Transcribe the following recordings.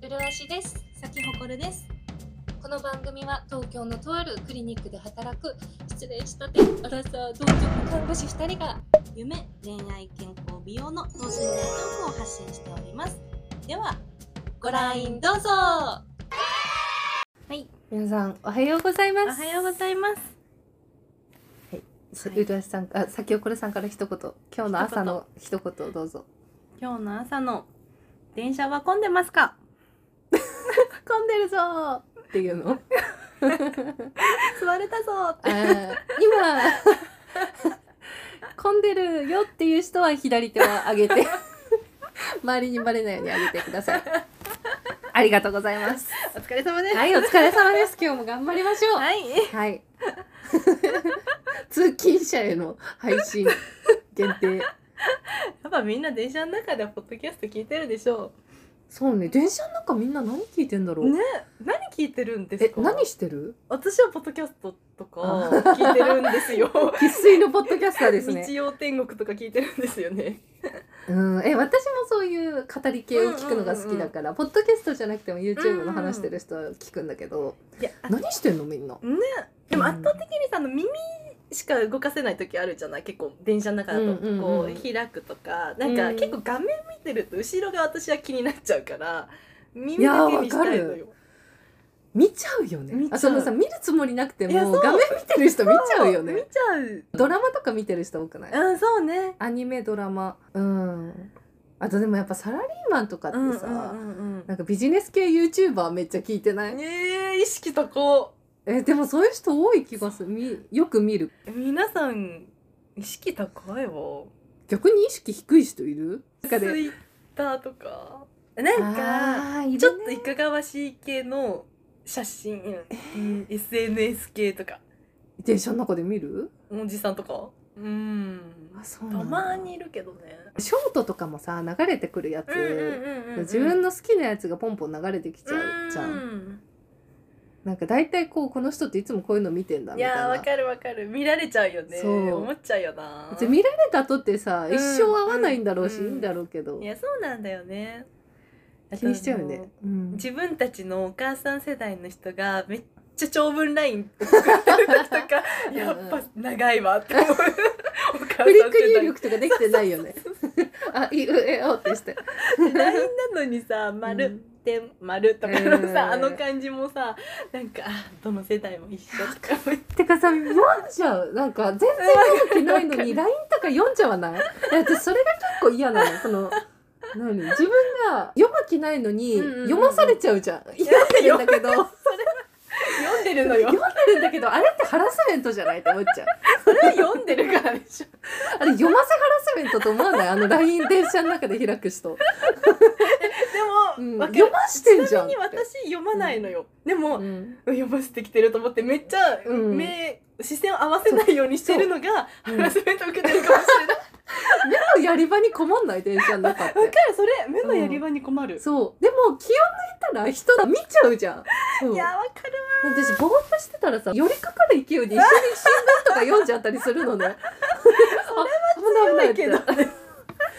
ブルワシです咲ほこるです。この番組は東京のとあるクリニックで働く失礼したてアラサー同族看護師2人が夢、恋愛、健康、美容の等身大トークを発信しております。では、ご覧どうぞ皆さんおはようございおます。はようございます。すはいうるわしさんか先ほこれさんから一言今日の朝の一言どうぞ。今日の朝の電車は混んでますか？混んでるぞーっていうの。座れたぞ。あー今 混んでるよっていう人は左手を上げ て周りにバレないように上げてくだ さい。ありがとうございます。お疲れ様です。はいお疲れ様です。今日も頑張りましょう。はい。はい。 通勤者への配信限定。やっぱみんな電車の中でポッドキャスト聞いてるでしょそうね電車の中みんな何聞いてんだろう。ね。何聞いてるんですえか？何してる？私はポッドキャストとか聞いてるんです よ。生粋のポッドキャスターです日ね。曜天国とか聞いてるんですよね。うん、え、私もそういう語り系を聞くのが好きだから、ポッドキャストじゃなくても YouTube の話してる人は聞くんだけど、いや、あ何してんのみんな。でも圧倒的にさあの耳しか動かせない時あるじゃない結構電車の中だうとんうんうんこう開くとか、なんうかん結構画面見てると後ろが私は気になっちゃうから耳だけにしたいのよ。見ちゃうよね見。ちゃうあ、そのさ、見るつもりなくていやも、そう画面見てる人見ちゃうよ見ね。ちゃう。ドラマとか見てる人多くないうんそうね。アニメ、ドラマ。うん。あとでもやっぱサラリーマンとかってさ、うんうんなんかビジネス系 YouTuber めっちゃ聞いてなういん、えー、意識高え、でもそういう人多い気がする。みよく見る。皆さん意識高いわ。逆に意識低い人いるなんかツで。イッターとかなんかあーいるねちょっといかがわしい系の写真、うん、SNS 系とか電車の中で見るおじさんとかうんそうたまにいるけどねショートとかもさ流れてくるやつ、自分の好きなやつがポンポン流れてきちゃうじゃん、んなんか大体こうこの人っていつもこういうの見てんだいみたいやなーわかるわかる見られちゃうよねそう思っちゃうよな別に見られたとってさ、うん一生合わないんだろうし、うんいいんだろうけどいやそうなんだよね気にしちゃうよねあと、うん、自分たちのお母さん世代の人がめっちゃ長文ライン送ってる時とかうんやっぱ長いわって思うお母さんフリック世入代力とかできてないよねあいうえおってして LINE なのにさ「丸、うん点丸」とかうのさ、んあの感じもさなんかあどの世代も一緒とか思っててかさ読んじゃうなんか全然読む気ないのに LINE とか読んじゃわないだってそれが結構嫌なのその何自分が読む気ないのにうんうんうんうん読まされちゃうじゃん読んでるんだけど読んでるのよ読んで るんだけどあれってハラスメントじゃないって思っちゃうそれは読んでるからでしょあれ読ませハラスメントと思わないあの LINE 電車の中で開く人、うでん、も、わかる読ましてんじゃんっちてなみに私読まないのよ、でも、うん読ませてきてると思ってめっちゃうん目、視線を合わせないようにしてるのがうハんラスメント受けてるかもしれない、目のやり場に困んない電車の中っわかてるそれ目のやり場に困る、そうでも気を抜いたら人が見ちゃうじゃんそういやわかる私ぼーっとしてたらさ寄りかかる勢いで一緒に新聞とか読んじゃったりするのねそわかる けど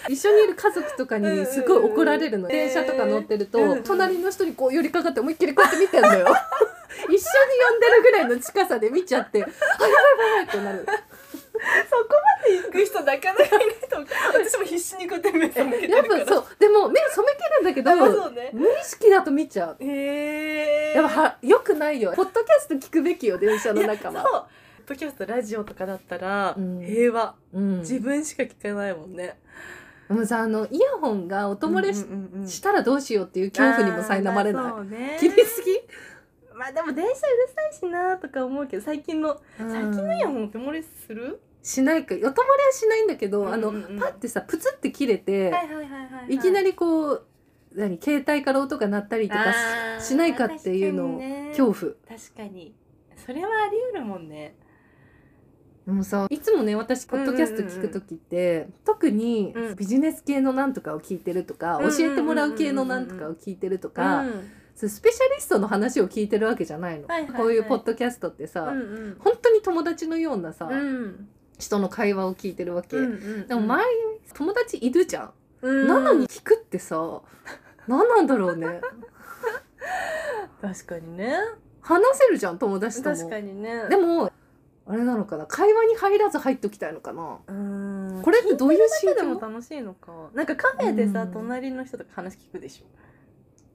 一緒にいる家族とかにすごい怒られるの、うんうんうん電車とか乗ってると、うんうん隣の人にこう寄りかかって思いっきりこうやって見てんの よ一緒に呼んでるぐらいの近さで見ちゃってあやばいやばいやばいってなるそこまで行く人なかなかいないと思う私も必死にこうやって目覚めてやるっからぱそうでも目背けるんだけあどそうね無意識だと見ちゃうへえやっぱは良くないよポッドキャスト聞くべきよ電車の中は、そうポッドキャストラジオとかだったら、うん平和うん、自分しか聞かないもんねもうさあのイヤホンが音漏れしうんうんうんしたらどうしようっていう恐怖にも苛まれあーなまあそうい。ね切りすぎ、まあでも電車うるさいしなとか思うけど最近の最近のイヤホンって漏れするしないか音漏れはしないんだけど、あのうんうんうんパッてさプツって切れて、はいはいはいはいいきなりりこう何携帯から音が鳴ったりとかしないかっていうのを恐怖。確かにそれはあり得るもんねでもさいつもね私ポッドキャスト聞く時って、特にうんビジネス系のなんとかを聞いてるとか、うんうんうんうん教えてもらう系のなんとかを聞いてるとか、うんそうスペシャリストの話を聞いてるわけじゃないの、はいはいはいこういうポッドキャストってさ、うんうん本当に友達のようなさ、うん人の会話を聞いてるわけ、うんうんでも前、友達いるじゃん、うん なのに聞くってさ何なんだろうね確かにね話せるじゃん友達とも確かにねでもあれなのかな会話に入らず入っときたいのかなうーんこれってどういう心でも境楽しいのかなんかカフェでさ、うん隣の人とか話聞くでしょ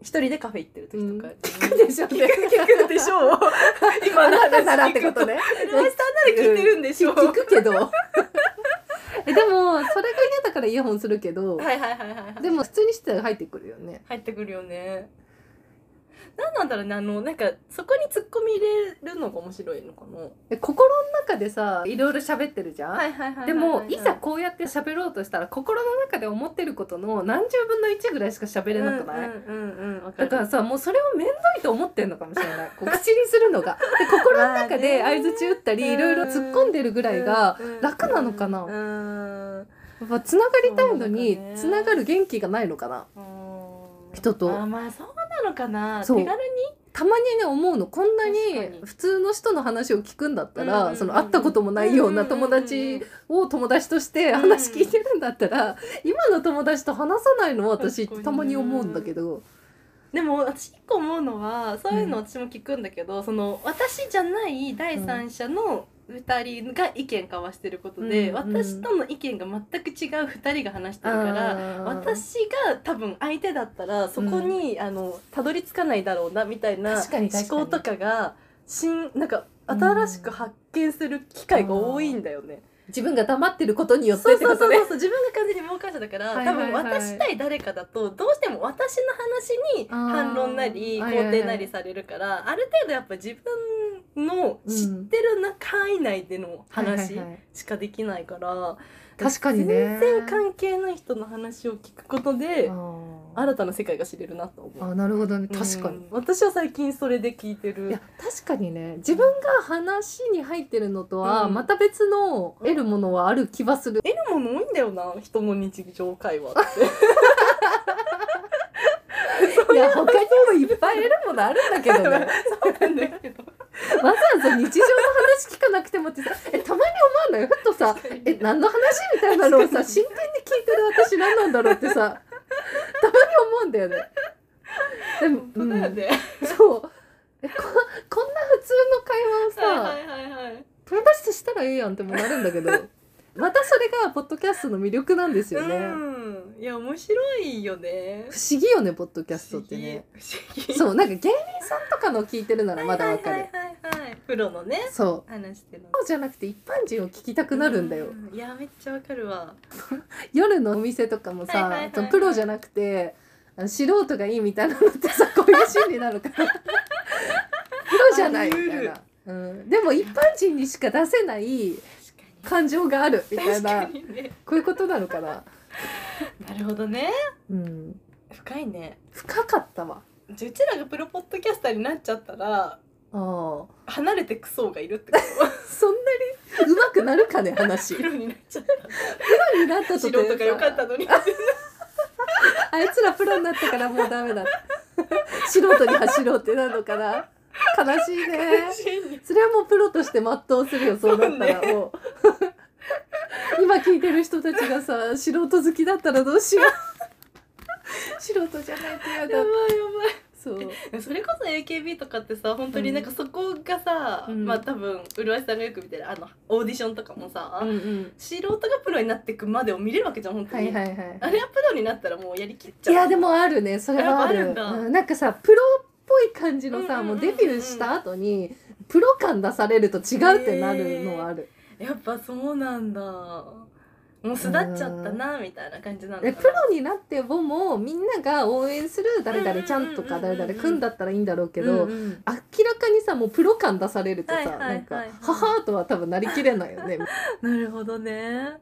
一人でカフェ行ってる時とか、うん聞くでしょ聞く聞くでしょ 今あのなた話ならっ聞てこくととねルワイさんなら聞いてるんでしょ、聞くけど えでもそれが嫌だからイヤホンするけど、はいはいはいはいはいでも普通にしてたら入ってくるよね入ってくるよねなんなんだろうねあのなんかそこに突っ込み入れるのが面白いのかなえ心の中でさいろいろ喋ってるじゃん、いはいはでもいざこうやって喋ろうとしたら心の中で思ってることの何十分の1ぐらいしか喋れなくない、うんうんうんうんわかだるからさもうそれを面倒いと思ってんのかもしれ ないこう口にするのがで心の中でまあね相づち打ったりいろいろ突っ込んでるぐらいが楽なのかなうんうんうんやっぱつながりたいのにそうなんだねつながる元気がないのかなうん人とあまあそうなのかなそう手軽たまにね思うのこんなに確かに普通の人の話を聞くんだったうんうんらうんその会ったこともないような友達を友達として話聞いてるんだったら今の友達と話さないのは私確かにねたまに思うんだけどにでも私一個思うのはそういうの私も聞くんだけど、その私じゃない第三者の2人が意見交わしてることで、うんうん私との意見が全く違う2人が話してるから、私が多分相手だったらそこに、あのたどり着かないだろうなみたいな確かに思確かに考とかが新なんか新しく発見する機会が多いんだよね。自分が黙ってることによってそうってそこうそとうねそう自分が完全に傍観者だから、はいはいはい多分私対誰かだとどうしても私の話にあー反論なりはいはいはい肯定なりされるから、ある程度やっぱ自分の知ってるな範囲内での話はいはいはいしかできないから確かにね全然関係ない人の話を聞くことであ新たな世界が知れるなと思う。あなるほどねうん確かに、私は最近それで聞いてるいや確かにね自分が話に入ってるのとはうんまた別の得るものはある気はする、得るもの多いんだよな人の日常会 話っていや他にもいっぱい得るものあるんだけど ねそうなんだけどわざわざ日常の話聞かなくてもってさえたまに思わないふっとさ確かに「え何の話?」みたいなのを確かさに真剣に聞いてる私何なんだろうってさたまに思うんだ よね。でも本当だよね、うん、そうえここんな普通の会話をさ、はいはいはいはい友達としたらええやんってもなるんだけど またそれがポッドキャストの魅力なんですよね。うんいや面白いよね不思議よねポッドキャストってね。不思議そうなんか芸人さんとかの聞いてるならまだわかる。はいはいはいはいプロのねそう話してるのそうじゃなくて一般人を聞きたくなるんだよ。ういやめっちゃわかるわ夜のお店とかもさ、はいはいはいはいそのプロじゃなくてあの素人がいいみたいなのってさ こういう心理なの かなプロじゃないみたいな、うん、でも一般人にしか出せない確感情があるみたかいに確なかにねこういうことなのかな、なるほどねうん、深いね深かったわじゃあうちらがプロポッドキャスターになっちゃったらあー離れてクソがいるってことそんなに上手くなるかね話プロになっちゃっプロになったた 素途人が良かったのにあいつらプロになったからもうダメだ 素人に走ろうってなるのかな悲しいね真にそれはもうプロとして全うするよそう だったらそうねもう今聞いてる人たちがさ素人好きだったらどうしよう 素人じゃないと嫌 やばいやだそうそれこそ AKB とかってさ本当になんかそこがさ、うんまあ多分うるわしさんがよく見てるあのオーディションとかもさ、んうん素人がプロになっていくまでを見れるわけじゃん本当はに、いはいはいあれはプロになったらもうやりきっちいゃういやでもあるねそれはあるやっぱあるんだうんなんかさプロっぽい感じのさ、うんうんうんうんもうデビューした後にプロ感出されると違うってなるのはある、やっぱそうなんだもう巣立っちゃったなみたいな感じなのかでなプロになってももうみんなが応援する誰々ちゃんとかうんうんうんう誰ん々くんだったらいいんだろうけど、うんうん明らかにさもうプロ感出されるとさ、はいはいはいはいなんか「ははーとは多分なりきれないよねなるほどね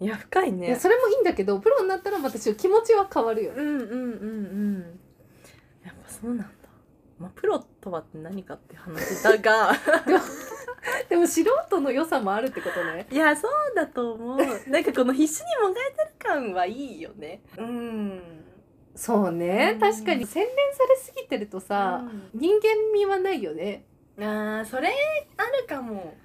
いや深いいやねそれもいいんだけどプロになったら私気持ちは変わるよねうんうんうんうんやっぱそうなんだまあプロとはって何かって話だがでも素人の良さもあるってことね いやそうだと思うなんかこの必死にもがいてる感はいいよねうんそうね、うん確かに洗練されすぎてるとさ、人間味はないよねあーそれあるかも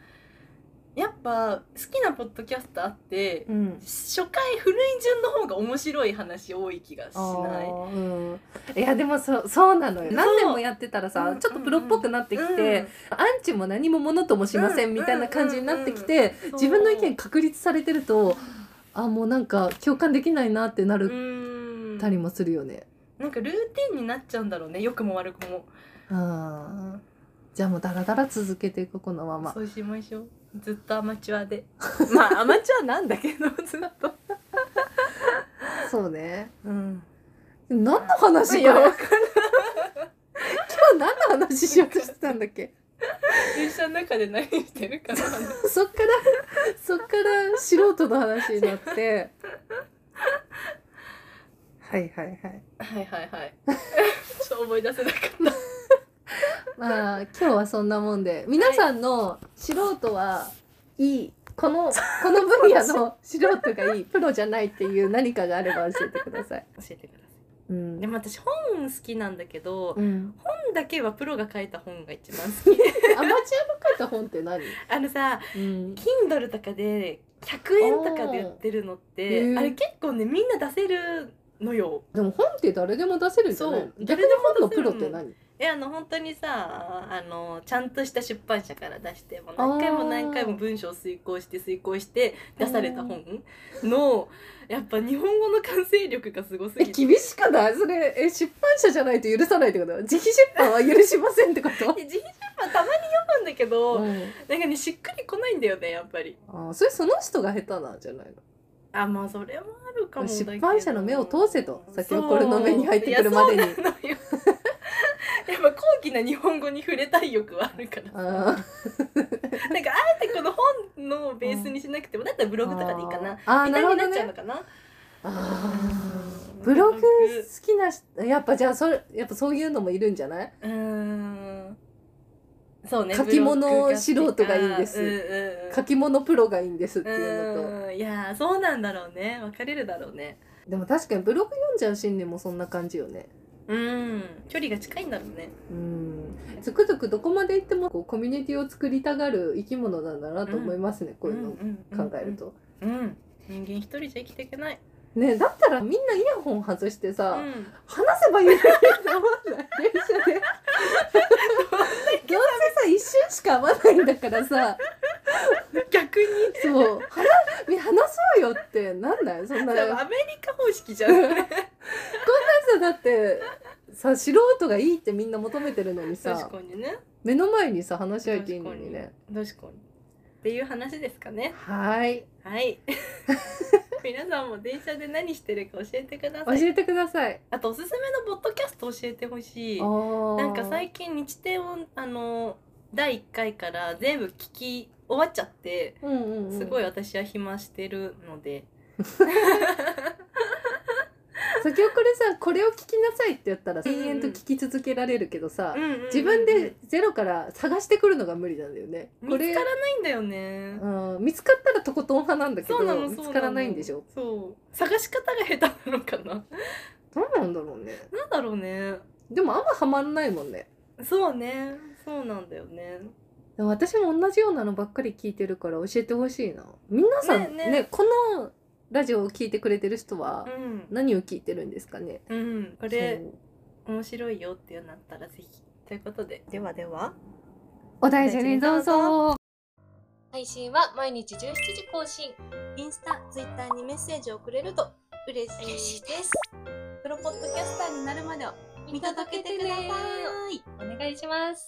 やっぱ好きなポッドキャスターって、うん初回古い順の方が面白い話多い気がしあない。ーうん、いやでもそうそうなのよそう何年もやってたらさ、うんちょっとプロっぽくなってきて、アンチも何もものともしませんみたいな感じになってきて、うん自分の意見確立されてるとあもうなんか共感できないなってなうるんたりもするよね。なんかルーティンになっちゃうんだろうね良くも悪くも、あーじゃあもうダラダラ続けていくこのまま。そうしましょうずっとアマチュアで まあアマチュアなんだけど ずっと、そうね。 うん、何の話いやこれわ今日何の話しようとしてたんだっけ 電車の中で何してるかなそっからそっから素人の話になって。はいはいはい。はいはいはい ちょっと思い出せなかったまあ今日はそんなもんで皆さんの素人はいいこのこの分野の素人がいいプロじゃないっていう何かがあれば教えてください。教えてくださういんでも私本好きなんだけど、うん、本だけはプロが書いた本が一番好き アマチュアの書いた本って何、あのさうん Kindle とかで100円とかで売ってるのっおーへてーあれ結構ねみんな出せるのよでも本って誰でも出せるんじゃないのそう逆に本のプロって何えあの本当にさあのちゃんとした出版社から出してもうあー何回も何回も文章を遂行して遂行して出された本のやっぱ日本語の完成力がすごすえぎて。厳しくないそれえ出版社じゃないと許さないってこと自費出版は許しませんってこ と、自費出版たまに読むんだけど、うん、なんかねしっくりこないんだよねやっぱりあーそれその人が下手なんじゃないのあまあそれもあるかもだけど出版社の目を通せと先をこれの目に入ってくるまでにそういやそうなのよ やっぱ高貴な日本語に触れたい欲はあるからあーなんかあえてこの本のベースにしなくてもだったらブログとかでいいかな。あーみなたるいほになどっちゃうねのかな。あーブログ好きな人やっぱじゃあそれやっぱそういうのもいるんじゃないうーん。そうね。書き物ブログが好きか素人がいいですうんうんうん書き物プロがいいんですっていうのとうんいやーそうなんだろうね。分かれるだろうね。でも確かにブログ読んじゃう心理もそんな感じよねうん。距離が近いんだろうね。うんつくづくどこまで行ってもこうコミュニティを作りたがる生き物なんだなと思いますね、こういうのを考える。と。うんうんうん。うん人間一人じゃ生きていけない。ねだったらみんなイヤホン外してうさ、ん。話せばいいのにって思わない電車で。どうせさ一瞬しか会わないんだからさ逆にそう話話そうよってなんだよそんな多こん分なアメリカ方式じゃん。さだってさ素人がいいってみんな求めてるのに さ確かにね。目の前にさ話し合えていいのにね。確かに。っていう話ですかね。はい はい。 皆さんも電車で何してるか教えてくだ教さい。えてください。あとおすすめのポッドキャスト教えてほしい。ななんか最近日程をあの第1回から全部聞き終わっちゃって、うんうんうん、すごい私は暇してるので。先送りさこれを聞きなさいって言ったらうんうん延々と聞き続けられるけどさ、自自分でゼロから探してくるのが無理なんだよね。見つこからないんだよね。れ、うん、見つかったらとことん派なんだけそうなどの見そうつなの。からないんでしょ。そう。探し方が下手なのかな。どうなんだろうね。なんだろうね。でもあんまハマんないもんね。そうね。そうなんだよね。でも私も同じようなのばっかり聞いてるから教えてほしいな。皆さんねねねこのラジオを聞いてくれてる人はう何を聞いてるんですかね。ん。うん。これそう面白いよっていうのあったらぜひということでではではお大事にどうぞ。配信は毎日17時更新インスタ、ツイッターにメッセージをくれると嬉しい嬉しいですプロポッドキャスターになるまでを見届けてください。お願いします